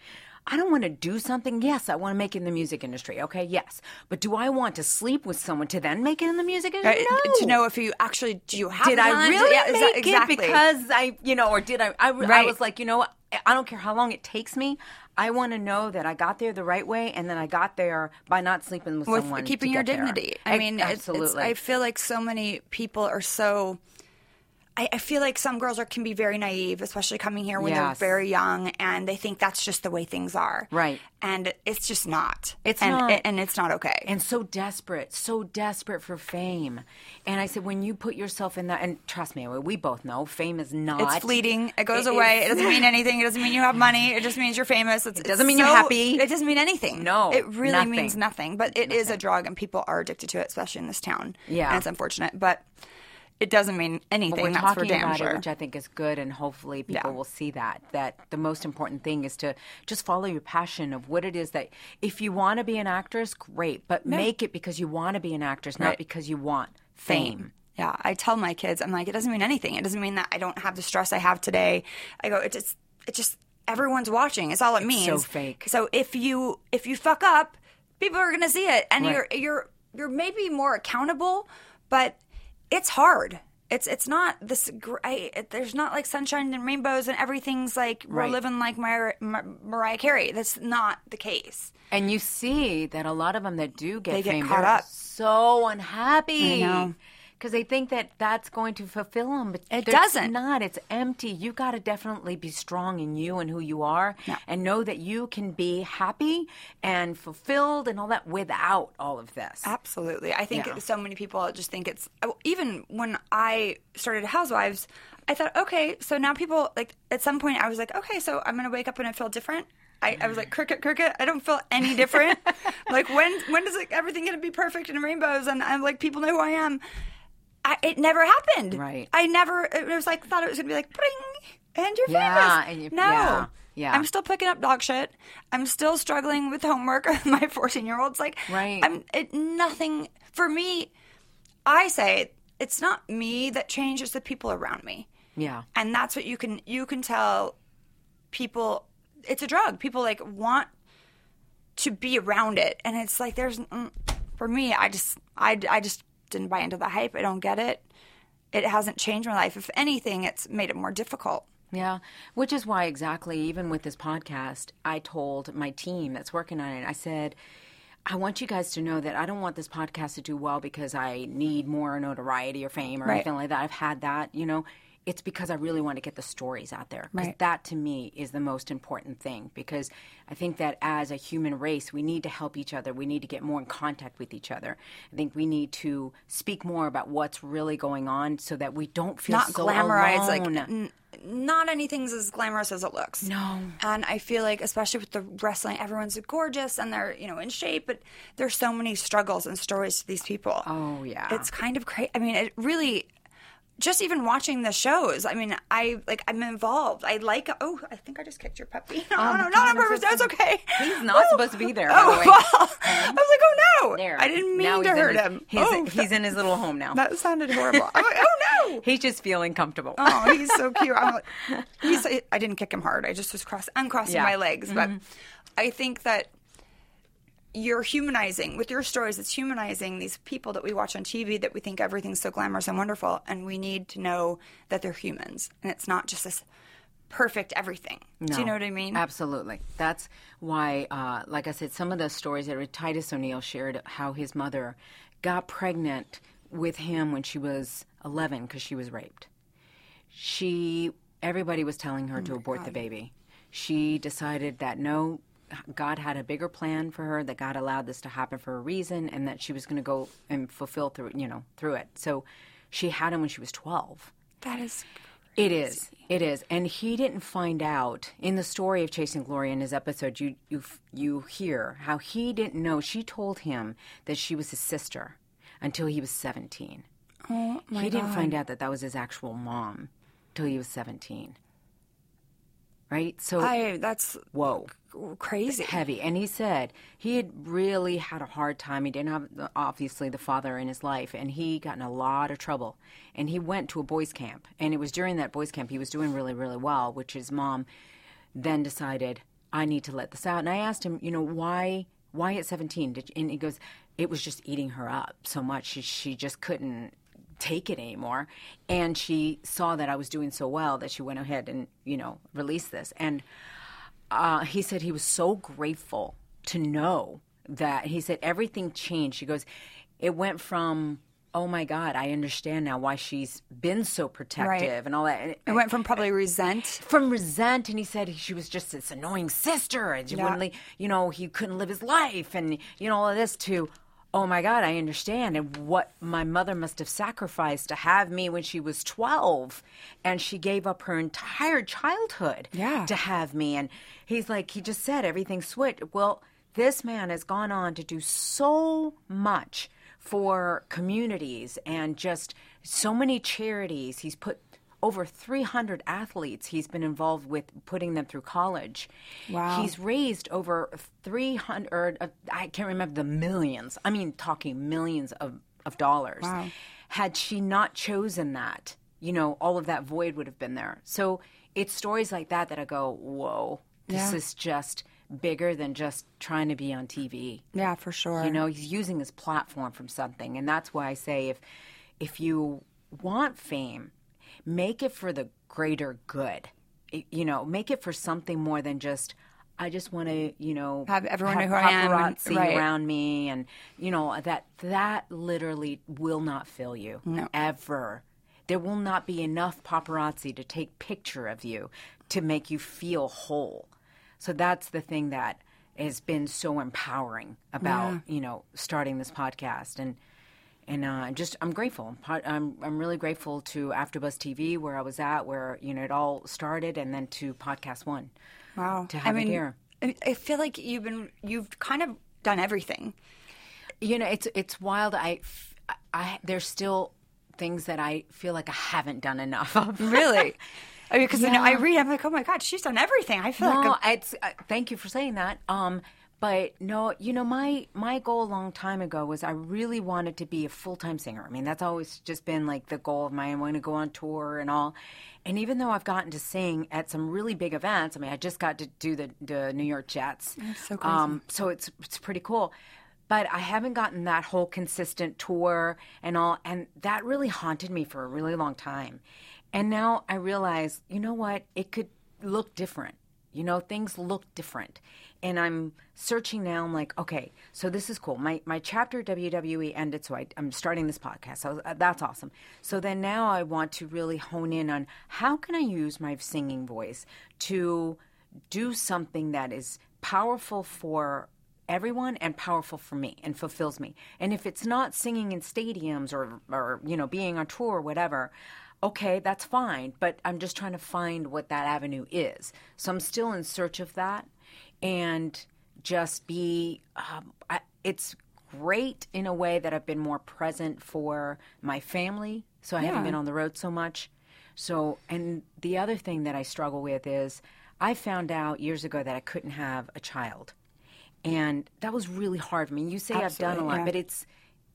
G: I don't want to do something. Yes, I want to make it in the music industry. Okay, yes, but do I want to sleep with someone to then make it in the music
A: uh,
G: industry? No.
A: to know if you actually do you have
G: did I
A: talent?
G: really
A: Yeah, exa-
G: make
A: exactly.
G: it because I, you know, or did I? I, I
A: Right.
G: was like, you know what? I- I don't care how long it takes me. I want to know that I got there the right way, and then I got there by not sleeping with,
A: with
G: someone. to
A: keeping your
G: get there.
A: dignity. I
G: Ex-
A: mean, it's-
G: absolutely.
A: It's, I feel like so many people are so. I, I feel like some girls are, can be very naive, especially coming here when
G: Yes.
A: they're very young, and they think that's just the way things are.
G: Right.
A: And it's just not.
G: It's
A: and,
G: not.
A: And it's not okay.
G: and so desperate, so desperate for fame. And I said, when you put yourself in that, and trust me, we both know fame is not.
A: it's fleeting. It goes
G: It
A: away.
G: is-
A: It doesn't mean anything. It doesn't mean you have money. It just means you're famous. It's,
G: It doesn't
A: it's
G: mean you're
A: so-
G: happy.
A: It doesn't mean anything.
G: No,
A: it really
G: nothing.
A: means nothing. But it is a drug, and people are addicted to it, especially in this town.
G: Yeah.
A: and it's unfortunate, but it doesn't mean anything.
G: But we're
A: That's for
G: talking
A: damn
G: about
A: sure.
G: it, which I think is good, and hopefully people
A: Yeah.
G: will see that. That the most important thing is to just follow your passion of what it is that if you want to be an actress, great, but make it because you want to be an actress, not
A: Right.
G: because you want fame.
A: fame. Yeah, I tell my kids, I'm like, it doesn't mean anything. It doesn't mean that I don't have the stress I have today. I go, it just, it just, everyone's watching. It's all it means.
G: so fake.
A: So if you if you fuck up, people are gonna see it, and
G: Right.
A: you're you're you're maybe more accountable, but it's hard. It's it's not this. gr- I, it, there's not like sunshine and rainbows and everything's like we're
G: Right.
A: living like Mar- Mar- Mariah Carey. That's not the case.
G: And you see that a lot of them that do get
A: They get
G: fame,
A: caught
G: they're
A: up.
G: so unhappy.
A: I know.
G: Because they think that that's going to fulfill them, but
A: It
G: there's
A: doesn't.
G: Not. It's empty. You got to definitely be strong in you and who you are,
A: Yeah.
G: and know that you can be happy and fulfilled and all that without all of this.
A: Absolutely. I think
G: Yeah.
A: so many people just think it's oh, even when I started Housewives, I thought, okay, so now people like at some point I was like, okay, so I'm gonna wake up and I feel different. I, I was
G: Mm.
A: like, cricket, cricket. I don't feel any different. like when when is it, everything gonna be perfect and rainbows and I'm like people know who I am. I, it never happened.
G: Right.
A: I never. It was like thought it was gonna be like, bring and you're
G: Yeah,
A: famous.
G: and you-
A: no.
G: yeah, yeah.
A: I'm still picking up dog shit. I'm still struggling with homework. My 14 year old's like,
G: Right.
A: I'm it, nothing for me. I say it's not me that changes the people around me,
G: Yeah.
A: and that's what you can you can tell people. It's a drug. People like want to be around it, and it's like there's mm, for me. I just I I just didn't buy into the hype. I don't get it. It hasn't changed my life. If anything, it's made it more difficult.
G: Yeah, which is why exactly, even with this podcast, I told my team that's working on it, I said, I want you guys to know that I don't want this podcast to do well because I need more notoriety or fame or
A: Right.
G: anything like that. I've had that, you know. It's because I really want to get the stories out there. 'Cause
A: Right.
G: that to me is the most important thing because I think that as a human race, we need to help each other. We need to get more in contact with each other. I think we need to speak more about what's really going on so that we don't feel
A: Not
G: so
A: glamorized, like,
G: alone.
A: not anything's as glamorous as it looks. No. And I feel like, especially with the wrestling, everyone's gorgeous and they're, you know, in shape, but there's so many struggles and stories to these people.
G: Oh, yeah.
A: It's kind of crazy. I mean, it really, just even watching the shows, I mean, I, like, I'm involved. I like, oh, I think I just kicked your puppy. Oh, no,
G: God,
A: not on
G: I'm
A: purpose.
G: so
A: That's
G: sorry.
A: okay.
G: He's not
A: Oh.
G: supposed to be there, by
A: Oh,
G: the way.
A: well. I was like, oh, no.
G: There.
A: I didn't mean to
G: Now he's in
A: hurt
G: his-
A: him.
G: He's,
A: oh,
G: he's in his little home now.
A: that sounded horrible. I'm like, oh, no.
G: He's just feeling comfortable.
A: Oh, he's so cute. I'm like, he's, I didn't kick him hard. I just was cross, uncrossing
G: Yeah. Mm-hmm.
A: my legs. But I think that you're humanizing with your stories. It's humanizing these people that we watch on TV that we think everything's so glamorous and wonderful, and we need to know that they're humans and it's not just this perfect everything. Do you know what I mean?
G: Absolutely. That's why, uh, like I said, some of the stories that Titus O'Neill shared how his mother got pregnant with him when she was 11 because she was raped. She, everybody was telling
A: Oh
G: her to abort the baby. She decided that no, God had a bigger plan for her. That God allowed this to happen for a reason, and that she was going to go and fulfill through, you know, through it. So, she had him when she was 12.
A: That is.
G: It is. It is. And he didn't find out in the story of Chasing Glory in his episode. You you f- you hear how he didn't know. She told him that she was his sister until he was 17. Oh my He didn't find out that that was his actual mom till he was 17. Right? So
A: I that's
G: whoa
A: crazy.
G: heavy. And he said he had really had a hard time. He didn't have, the- obviously, the father in his life, and he got in a lot of trouble. And he went to a boys' camp. And it was during that boys' camp he was doing really, really well, which his mom then decided, I need to let this out. And I asked him, you know, why. Why at 17? Did you, and he goes, it was just eating her up so much. She, she just couldn't take it anymore. And she saw that I was doing so well that she went ahead and, you know, released this. And uh, he said he was so grateful to know that he said everything changed. He goes, it went from oh my God, I understand now why she's been so protective and all that. And
A: It went from probably resent.
G: from resent and he said she was just this annoying sister and she
A: Yeah.
G: wouldn't le- you know he couldn't live his life and you know all of this to oh my god i understand and what my mother must have sacrificed to have me when she was 12 and she gave up her entire childhood
A: Yeah.
G: to have me and he's like he just said everything switched well this man has gone on to do so much for communities and just so many charities he's put over 300 athletes he's been involved with putting them through college.
A: Wow.
G: He's raised over 300, or, uh, I can't remember the millions, I mean, talking millions of, of dollars.
A: Wow.
G: Had she not chosen that, you know, all of that void would have been there. So it's stories like that that I go, whoa, this
A: Yeah.
G: is just bigger than just trying to be on TV.
A: Yeah, for sure.
G: You know, he's using his platform from something, and that's why I say if if you want fame, make it for the greater good. I- You know, make it for something more than just I just want to, you know,
A: Have everyone
G: have
A: know who I am and-
G: paparazzi
A: right.
G: around me, and you know that that literally will not fill you ever. There will not be enough paparazzi to take picture of you to make you feel whole. So that's the thing that has been so empowering about you know starting this podcast and and uh, just I'm grateful. Po- I'm I'm really grateful to AfterBuzz TV where I was at, where you know it all started, and then to Podcast One.
A: wow.
G: to have
A: I
G: it
A: mean,
G: here.
A: I- I feel like you've been you've kind of done everything.
G: You know, it's it's wild. I, f- I- there's still things that I feel like I haven't done enough of.
A: Really. Because I, know, I read, I'm like, oh my god, she's done everything. I feel like
G: no,
A: I'm-
G: it's. Uh, thank you for saying that. Um, but no, you know, my my goal a long time ago was I really wanted to be a full time singer. I mean, that's always just been like the goal of mine. I want to go on tour and all. And even though I've gotten to sing at some really big events, I mean, I just got to do the the New York Jets. so Um, so it's it's pretty cool. But I haven't gotten that whole consistent tour and all, and that really haunted me for a really long time. And now I realize, you know what? It could look different. You know, things look different. And I'm searching now. I'm like, okay, so this is cool. My my chapter at WWE ended, so I, I'm starting this podcast. So uh, that's awesome. So then now I want to really hone in on how can I use my singing voice to do something that is powerful for everyone and powerful for me and fulfills me. And if it's not singing in stadiums or or you know being on tour or whatever, okay, that's fine, but I'm just trying to find what that avenue is. So I'm still in search of that and just be um, I, it's great in a way that I've been more present for my family, so I
A: Mm-hmm.
G: haven't been on the road so much. So, and the other thing that I struggle with is I found out years ago that I couldn't have a child and that was really hard for me. You say I've done a
A: Absolutely,
G: lot,
A: yeah.
G: but it's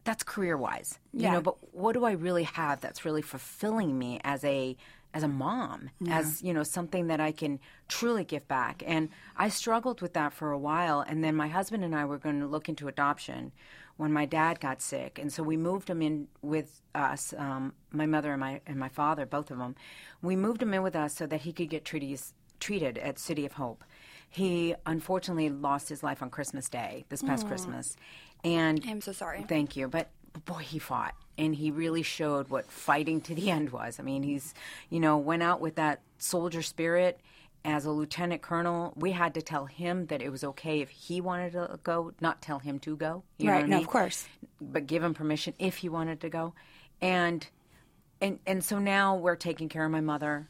G: that's career wise, you
A: Yeah.
G: know. But what do I really have that's really fulfilling me as a as a mom, as you know, something that I can truly give back? And I struggled with that for a while, and then my husband and I were going to look into adoption when my dad got sick, and so we moved him in with us. Um, my mother and my and my father, both of them, we moved him in with us so that he could get treaties, treated at City of Hope he unfortunately lost his life on Christmas Day this past Christmas, and
A: I'm so sorry.
G: Thank you, but but boy, he fought, and he really showed what fighting to the end was. I mean, he's you know went out with that soldier spirit. As a lieutenant colonel, we had to tell him that it was okay if he wanted to go, not tell him to go. You know
A: right?
G: what I
A: No,
G: mean?
A: of course.
G: but give him permission if he wanted to go. And and and so now we're taking care of my mother.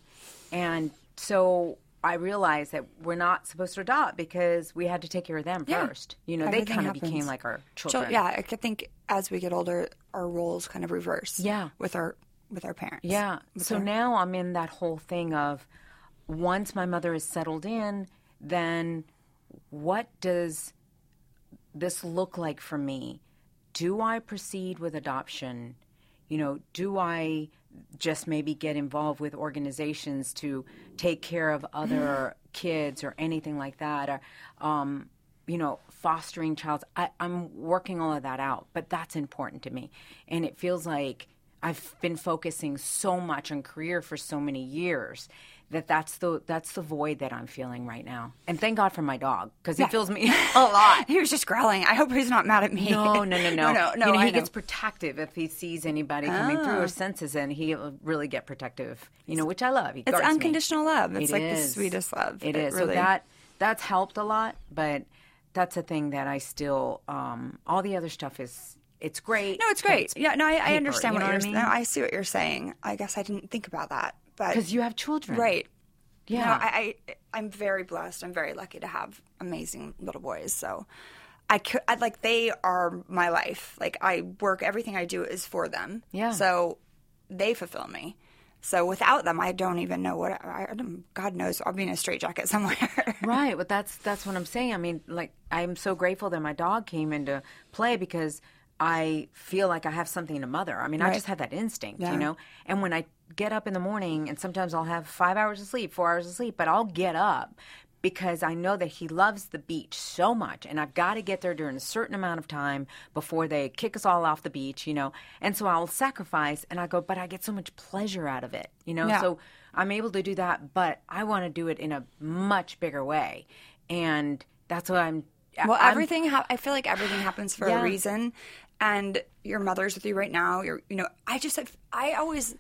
G: And so I realized that we're not supposed to adopt because we had to take care of them
A: Yeah.
G: first. You know, they
A: Everything
G: kind of
A: happens.
G: became like our
A: So,
G: children.
A: yeah, I could think as we get older, our roles kind of reverse.
G: Yeah.
A: with our with our parents.
G: Yeah. So now I'm in that whole thing of once my mother is settled in, then what does this look like for me? Do I proceed with adoption? You know, do I just maybe get involved with organizations to take care of other kids or anything like that? Or, um, you know, fostering child. I, I'm working all of that out, but that's important to me. And it feels like I've been focusing so much on career for so many years that that's the that's the void that I'm feeling right now. And thank God for my dog because he fills me a lot.
A: He was just growling. I hope he's not mad at me.
G: No, no, no,
A: no,
G: no,
A: no.
G: you know,
A: I
G: he gets
A: know. Ah.
G: protective if he sees anybody coming through or senses, and he'll really get protective. You know, which I love. He
A: it's
G: guards me.
A: unconditional love. It's
G: It
A: like
G: is.
A: the sweetest love.
G: It is.
A: Really.
G: So that that's helped a lot, but that's a thing that I still. Um, all the other stuff is it's great.
A: no, it's great. yeah, no, I, I
G: paper,
A: understand
G: you
A: what
G: know
A: you're
G: what I
A: saying.
G: mean?
A: I see what you're saying. I guess I didn't think about that, but
G: because you have children,
A: right.
G: Yeah.
A: No, I, I I'm very blessed. I'm very lucky to have amazing little boys. So I could I, like they are my life. Like I work everything I do is for them.
G: Yeah.
A: So they fulfill me. So without them, I don't even know what I, I don't- God knows I'll be in a straitjacket somewhere.
G: Right, but that's that's what I'm saying. I mean, like I'm so grateful that my dog came into play because I feel like I have something to mother. I mean, I just have that instinct,
A: Yeah.
G: you know. And when I get up in the morning, and sometimes I'll have five hours of sleep, four hours of sleep, but I'll get up because I know that he loves the beach so much, and I've got to get there during a certain amount of time before they kick us all off the beach, you know. And so I'll sacrifice, and I go, but I get so much pleasure out of it, you know.
A: Yeah.
G: So I'm able to do that, but I want to do it in a much bigger way, and that's what I'm.
A: Well,
G: I'm-
A: everything. Ha- I feel like everything happens for a
G: Yeah.
A: reason, and your mother's with you right now. You're, you know, I just, have, I always,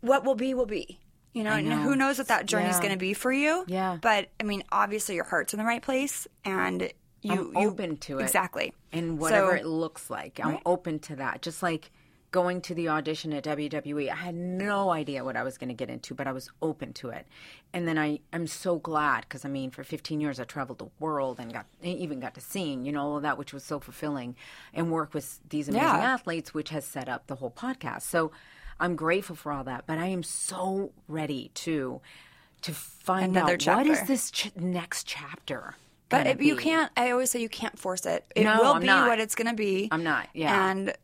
A: what will be will be. You know, and who knows what that journey's
G: Yeah.
A: going to be for you.
G: Yeah.
A: But I mean, obviously, your heart's in the right place, and you
G: I'm
A: you-
G: open to it.
A: exactly.
G: and whatever
A: So-
G: it looks like, I'm open to that. Just like going to the audition at WWE, I had no idea what I was going to get into, but I was open to it. And then I, I'm so glad because I mean, for 15 years, I traveled the world and got e, even got to sing, you know, all of that, which was so fulfilling, and work with these amazing
A: Yeah.
G: athletes, which has set up the whole podcast. So I'm grateful for all that, but I am so ready to to find
A: Another
G: out what is
A: chapter.
G: this ch- next chapter.
A: But
G: gonna
A: if you
G: be.
A: can't, I always say you can't force it. It
G: No,
A: will
G: I'm
A: be
G: not.
A: what it's going to be.
G: I'm not, yeah.
A: And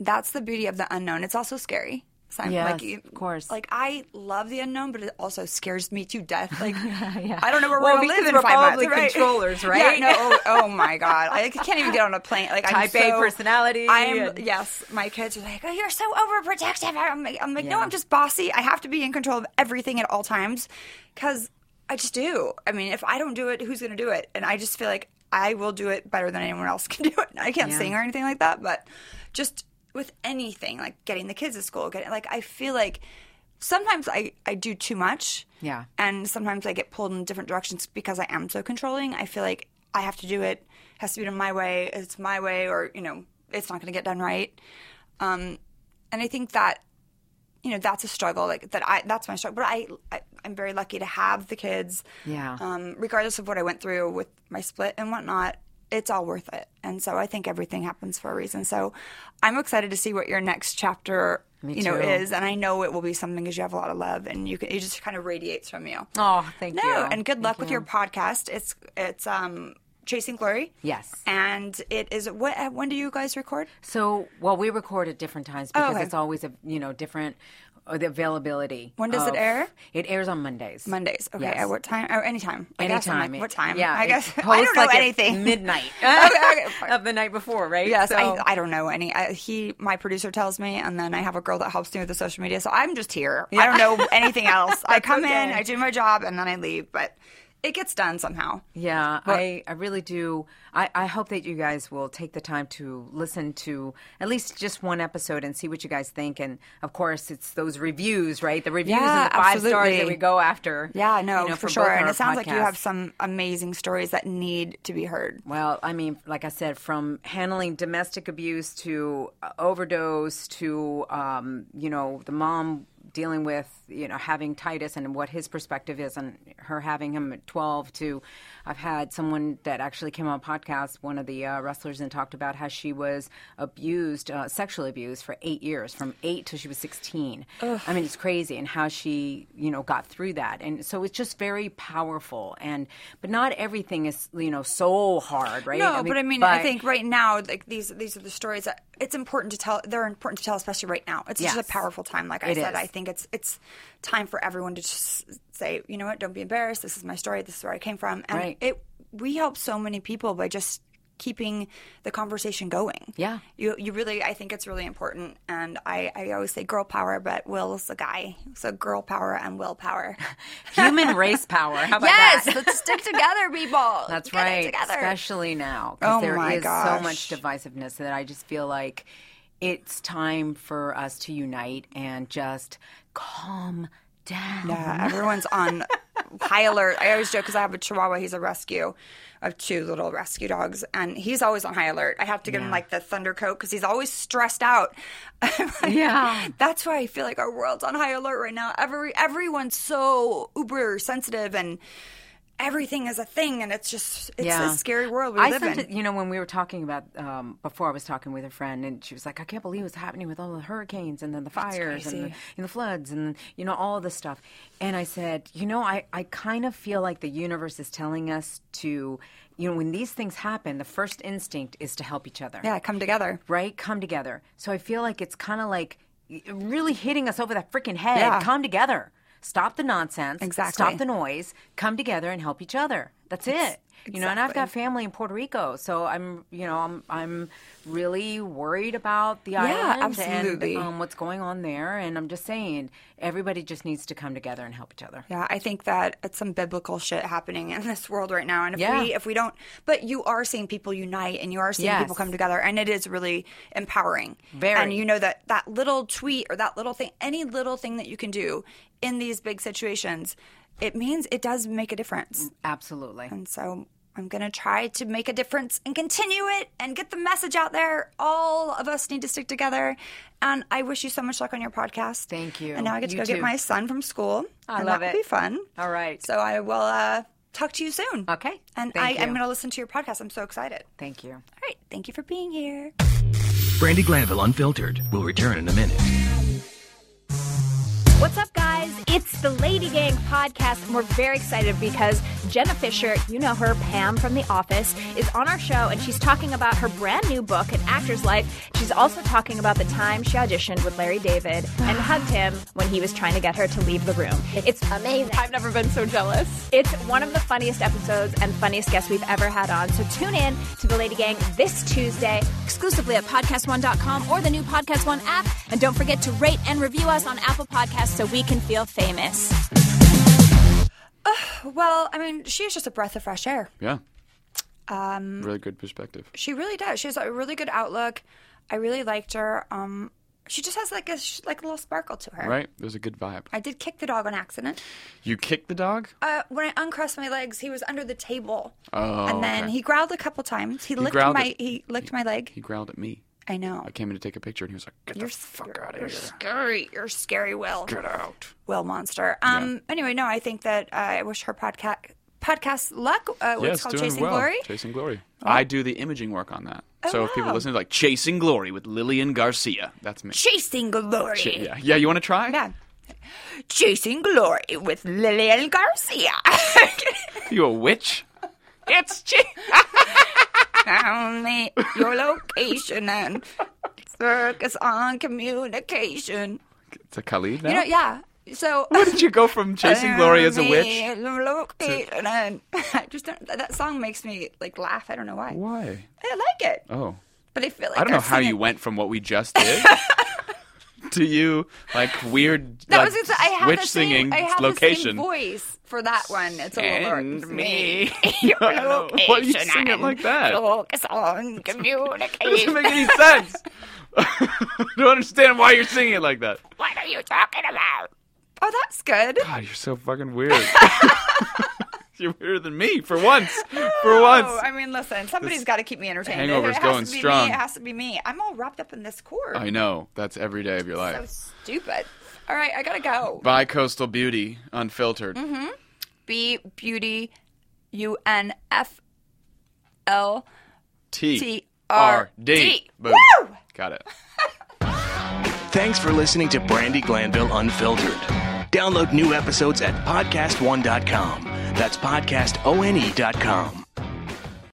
A: that's the beauty of the unknown. It's also scary. So I'm,
G: Yes,
A: like, you-
G: of course.
A: Like I love the unknown, but it also scares me to death. Like I don't know where
G: Well,
A: we're going to
G: because
A: live in
G: we're
A: five
G: probably
A: months. Right?
G: controllers, right?
A: Yeah. No. Oh, oh my god. I can't even get on a plane. Like I'm
G: Type A
A: so-
G: personality
A: I am.
G: and-
A: Yes. My kids are like, oh, you're so overprotective. I'm like, I'm like no,
G: Yeah.
A: I'm just bossy. I have to be in control of everything at all times because I just do. I mean, if I don't do it, who's going to do it? And I just feel like I will do it better than anyone else can do it. I can't
G: Yeah.
A: sing or anything like that, but just with anything, like getting the kids to school, getting like I feel like sometimes I I do too much.
G: Yeah.
A: And sometimes I get pulled in different directions because I am so controlling. I feel like I have to do it. Has to be done my way. It's my way, or you know, it's not going to get done right. Um, and I think that you know that's a struggle. Like that, I that's my struggle. But I, I I'm very lucky to have the kids.
G: Yeah.
A: Um, regardless of what I went through with my split and whatnot, it's all worth it. And so I think everything happens for a reason. So I'm excited to see what your next chapter. you know,
G: too.
A: is and I know it will be something because you have a lot of love and you can it just kind of radiates from you.
G: Oh, thank you.
A: No, and good
G: Thank
A: luck with
G: you.
A: your podcast. It's it's um Chasing Glory.
G: Yes.
A: And it is what uh, when do you guys record?
G: So, well, we record at different times because
A: okay.
G: it's always a you know different uh, the availability.
A: When does it
G: of-
A: air?
G: It airs on Mondays.
A: Mondays. Okay,
G: Yes.
A: at what time? Or anytime. I guess. I'm
G: Anytime.
A: like, what time?
G: Yeah.
A: I
G: it
A: guess I
G: posts
A: don't know
G: like at
A: anything.
G: midnight of the night before, right?
A: Yes,
G: So,
A: I, I don't know any. I, he, my producer tells me, and then I have a girl that helps me with the social media. So I'm just here. I don't know anything else. I come in, I do my job, and then I leave. But it gets done somehow.
G: yeah, I, I really do. I, I hope that you guys will take the time to listen to at least just one episode and see what you guys think. And of course, it's those reviews, right? The reviews
A: Yeah,
G: and the five stars that
A: absolutely.
G: we go after.
A: Yeah, no,
G: you know,
A: for
G: both
A: sure.
G: of
A: And
G: our
A: it sounds like you have
G: podcasts.
A: some amazing stories that need to be heard.
G: Well, I mean, like I said, from handling domestic abuse to uh, overdose to, um, you know, the mom dealing with, you know, having Titus and what his perspective is and her having him at 12 to I've had someone that actually came on a podcast, one of the uh, wrestlers, and talked about how she was abused, uh, sexually abused for eight years, from eight till she was 16. I mean, it's crazy. And how she, you know, got through that. And so it's just very powerful. And, but not everything is, you know, so hard, right?
A: No, but I mean, I think right now, like these these are the stories that it's important to tell. They're important to tell, especially right now. It's just
G: Yes.
A: a powerful time. Like I
G: It
A: said,
G: is.
A: I think it's it's time for everyone to just say, you know what, don't be embarrassed. This is my story. This is where I came from, and
G: Right.
A: it we help so many people by just keeping the conversation going.
G: Yeah.
A: You you really I think it's really important and I, I always say girl power, but Will's a guy. So girl power and willpower.
G: Human race power. How about
A: yes,
G: that?
A: let's stick together, people.
G: That's
A: Get it
G: right.
A: Together.
G: Especially now. 'cause
A: Oh
G: there
A: my
G: is
A: gosh.
G: so much divisiveness that I just feel like it's time for us to unite and just calm down.
A: Yeah, everyone's on high alert. I always joke because I have a Chihuahua. He's a rescue of two little rescue dogs, and he's always on high alert. I have to give him like the thunder coat because he's always stressed out.
G: Yeah.
A: That's why I feel like our world's on high alert right now. Every everyone's so uber sensitive and. Everything is a thing, and it's just it's
G: yeah.
A: a scary world we
G: I
A: live in.
G: someti- you know, when we were talking about um, before, I was talking with a friend, and she was like, "I can't believe what's happening with all the hurricanes and then the fires and the, and the floods and you know all this stuff." And I said, "You know, I I kind of feel like the universe is telling us to, you know, when these things happen, the first instinct is to help each other."
A: yeah, come together.
G: right? Come together. So I feel like it's kind of like really hitting us over that freaking head.
A: Yeah.
G: Come together. Stop the nonsense.
A: Exactly.
G: Stop the noise. Come together and help each other. That's it. You know, and I've got
A: exactly.
G: family in Puerto Rico, so I'm, you know, I'm, I'm really worried about the
A: Yeah,
G: island
A: absolutely.
G: and um, what's going on there. And I'm just saying, everybody just needs to come together and help each other.
A: Yeah, I think that it's some biblical shit happening in this world right now. And if
G: Yeah.
A: we if we don't but you are seeing people unite and you are seeing
G: Yes.
A: people come together and it is really empowering.
G: Very.
A: And you know that that little tweet or that little thing any little thing that you can do in these big situations, it means it does make a difference.
G: Absolutely.
A: And so I'm going to try to make a difference and continue it and get the message out there. All of us need to stick together. And I wish you so much luck on your podcast.
G: Thank you.
A: And now I get to
G: You
A: go get
G: too.
A: my son from school.
G: I
A: and
G: love
A: that
G: it.
A: will be fun.
G: All right.
A: So I will uh, talk to you soon.
G: Okay.
A: And
G: Thank
A: I,
G: you.
A: I'm going to listen to your podcast. I'm so excited.
G: Thank you.
A: All right. Thank you for being here.
E: Brandy Glanville Unfiltered will return in a minute.
H: What's up, guys? It's the Lady Gang podcast, and we're very excited because Jenna Fisher, you know her, Pam from The Office, is on our show, and she's talking about her brand new book, An Actor's Life. She's also talking about the time she auditioned with Larry David and hugged him when he was trying to get her to leave the room. It's amazing. I've never been so jealous. It's one of the funniest episodes and funniest guests we've ever had on. So tune in to the Lady Gang this Tuesday, exclusively at podcast1.com or the new Podcast One app. And don't forget to rate and review us on Apple Podcasts so we can feel famous.
A: Well, I mean, she is just a breath of fresh air.
B: Yeah. Um, really good perspective.
A: She really does. She has a really good outlook. I really liked her. Um, she just has like a sh- like a little sparkle to her.
B: Right? There's a good vibe.
A: I did kick the dog on accident.
B: You kicked the dog?
A: uh, when I uncrossed my legs, he was under the table.
B: Oh,
A: and then
B: okay.
A: he growled a couple times. He, licked
B: growled
A: my
B: at-
A: he licked my leg.
B: He growled at me.
A: I know.
B: I came in to take a picture and he was like, Get the fuck out of here.
A: Scary, you're scary, Will.
B: Get out.
A: Will Monster. Um. Anyway, no, I think that uh, I wish her podcast podcast luck. Uh, what's
B: yes,
A: called
B: doing
A: Chasing
B: well.
A: Glory. Oh,
B: Chasing Glory. I do the imaging work on that. so if people
A: wow.
B: listen to like Chasing Glory with Lillian Garcia, that's me.
A: Chasing Glory.
B: Ch- yeah. yeah, you want to try?
A: Yeah. Chasing Glory with Lillian Garcia.
B: You a witch? it's ch-
A: Tell me your location and focus on communication.
B: It's a Khalid now?
A: You know, yeah. So
B: Where did you go from Chasing Glory as a witch?
A: And I just don't, that song makes me like laugh. I don't know why.
B: Why?
A: I like it,
B: Oh.
A: but I feel like
B: I don't know
A: I've
B: how
A: seen
B: you
A: it-
B: went from what we just did to you like weird
A: That
B: like,
A: was it's, I have
B: witch
A: the same,
B: singing
A: I have The
B: location.
A: same voice for that one. It's a little
B: and
A: hard.
B: me.
A: Your
B: I know.
A: location
B: Why do you sing it
A: and
B: like that?
A: Focus on
B: It doesn't
A: communication.
B: make any sense. I don't understand why you're singing it like that.
A: what are you talking about? Oh, that's good.
B: God, you're so fucking weird. you're weirder than me for once. For once.
A: Oh, I mean, listen, somebody's got to keep me entertained. It-
B: hangover's
A: it has
B: going
A: to be
B: strong.
A: Me, it has to be me. I'm all wrapped up in this cord.
B: I know. That's every day of your
A: so
B: life.
A: stupid. All right, I gotta go.
B: Bi coastal beauty, unfiltered.
A: B Beauty U N F L.
B: T
A: R D.
B: Boom.
A: Woo!
B: Got it.
E: Thanks for listening to Brandy Glanville Unfiltered. E Download new episodes at podcastone.com. That's podcastone.com.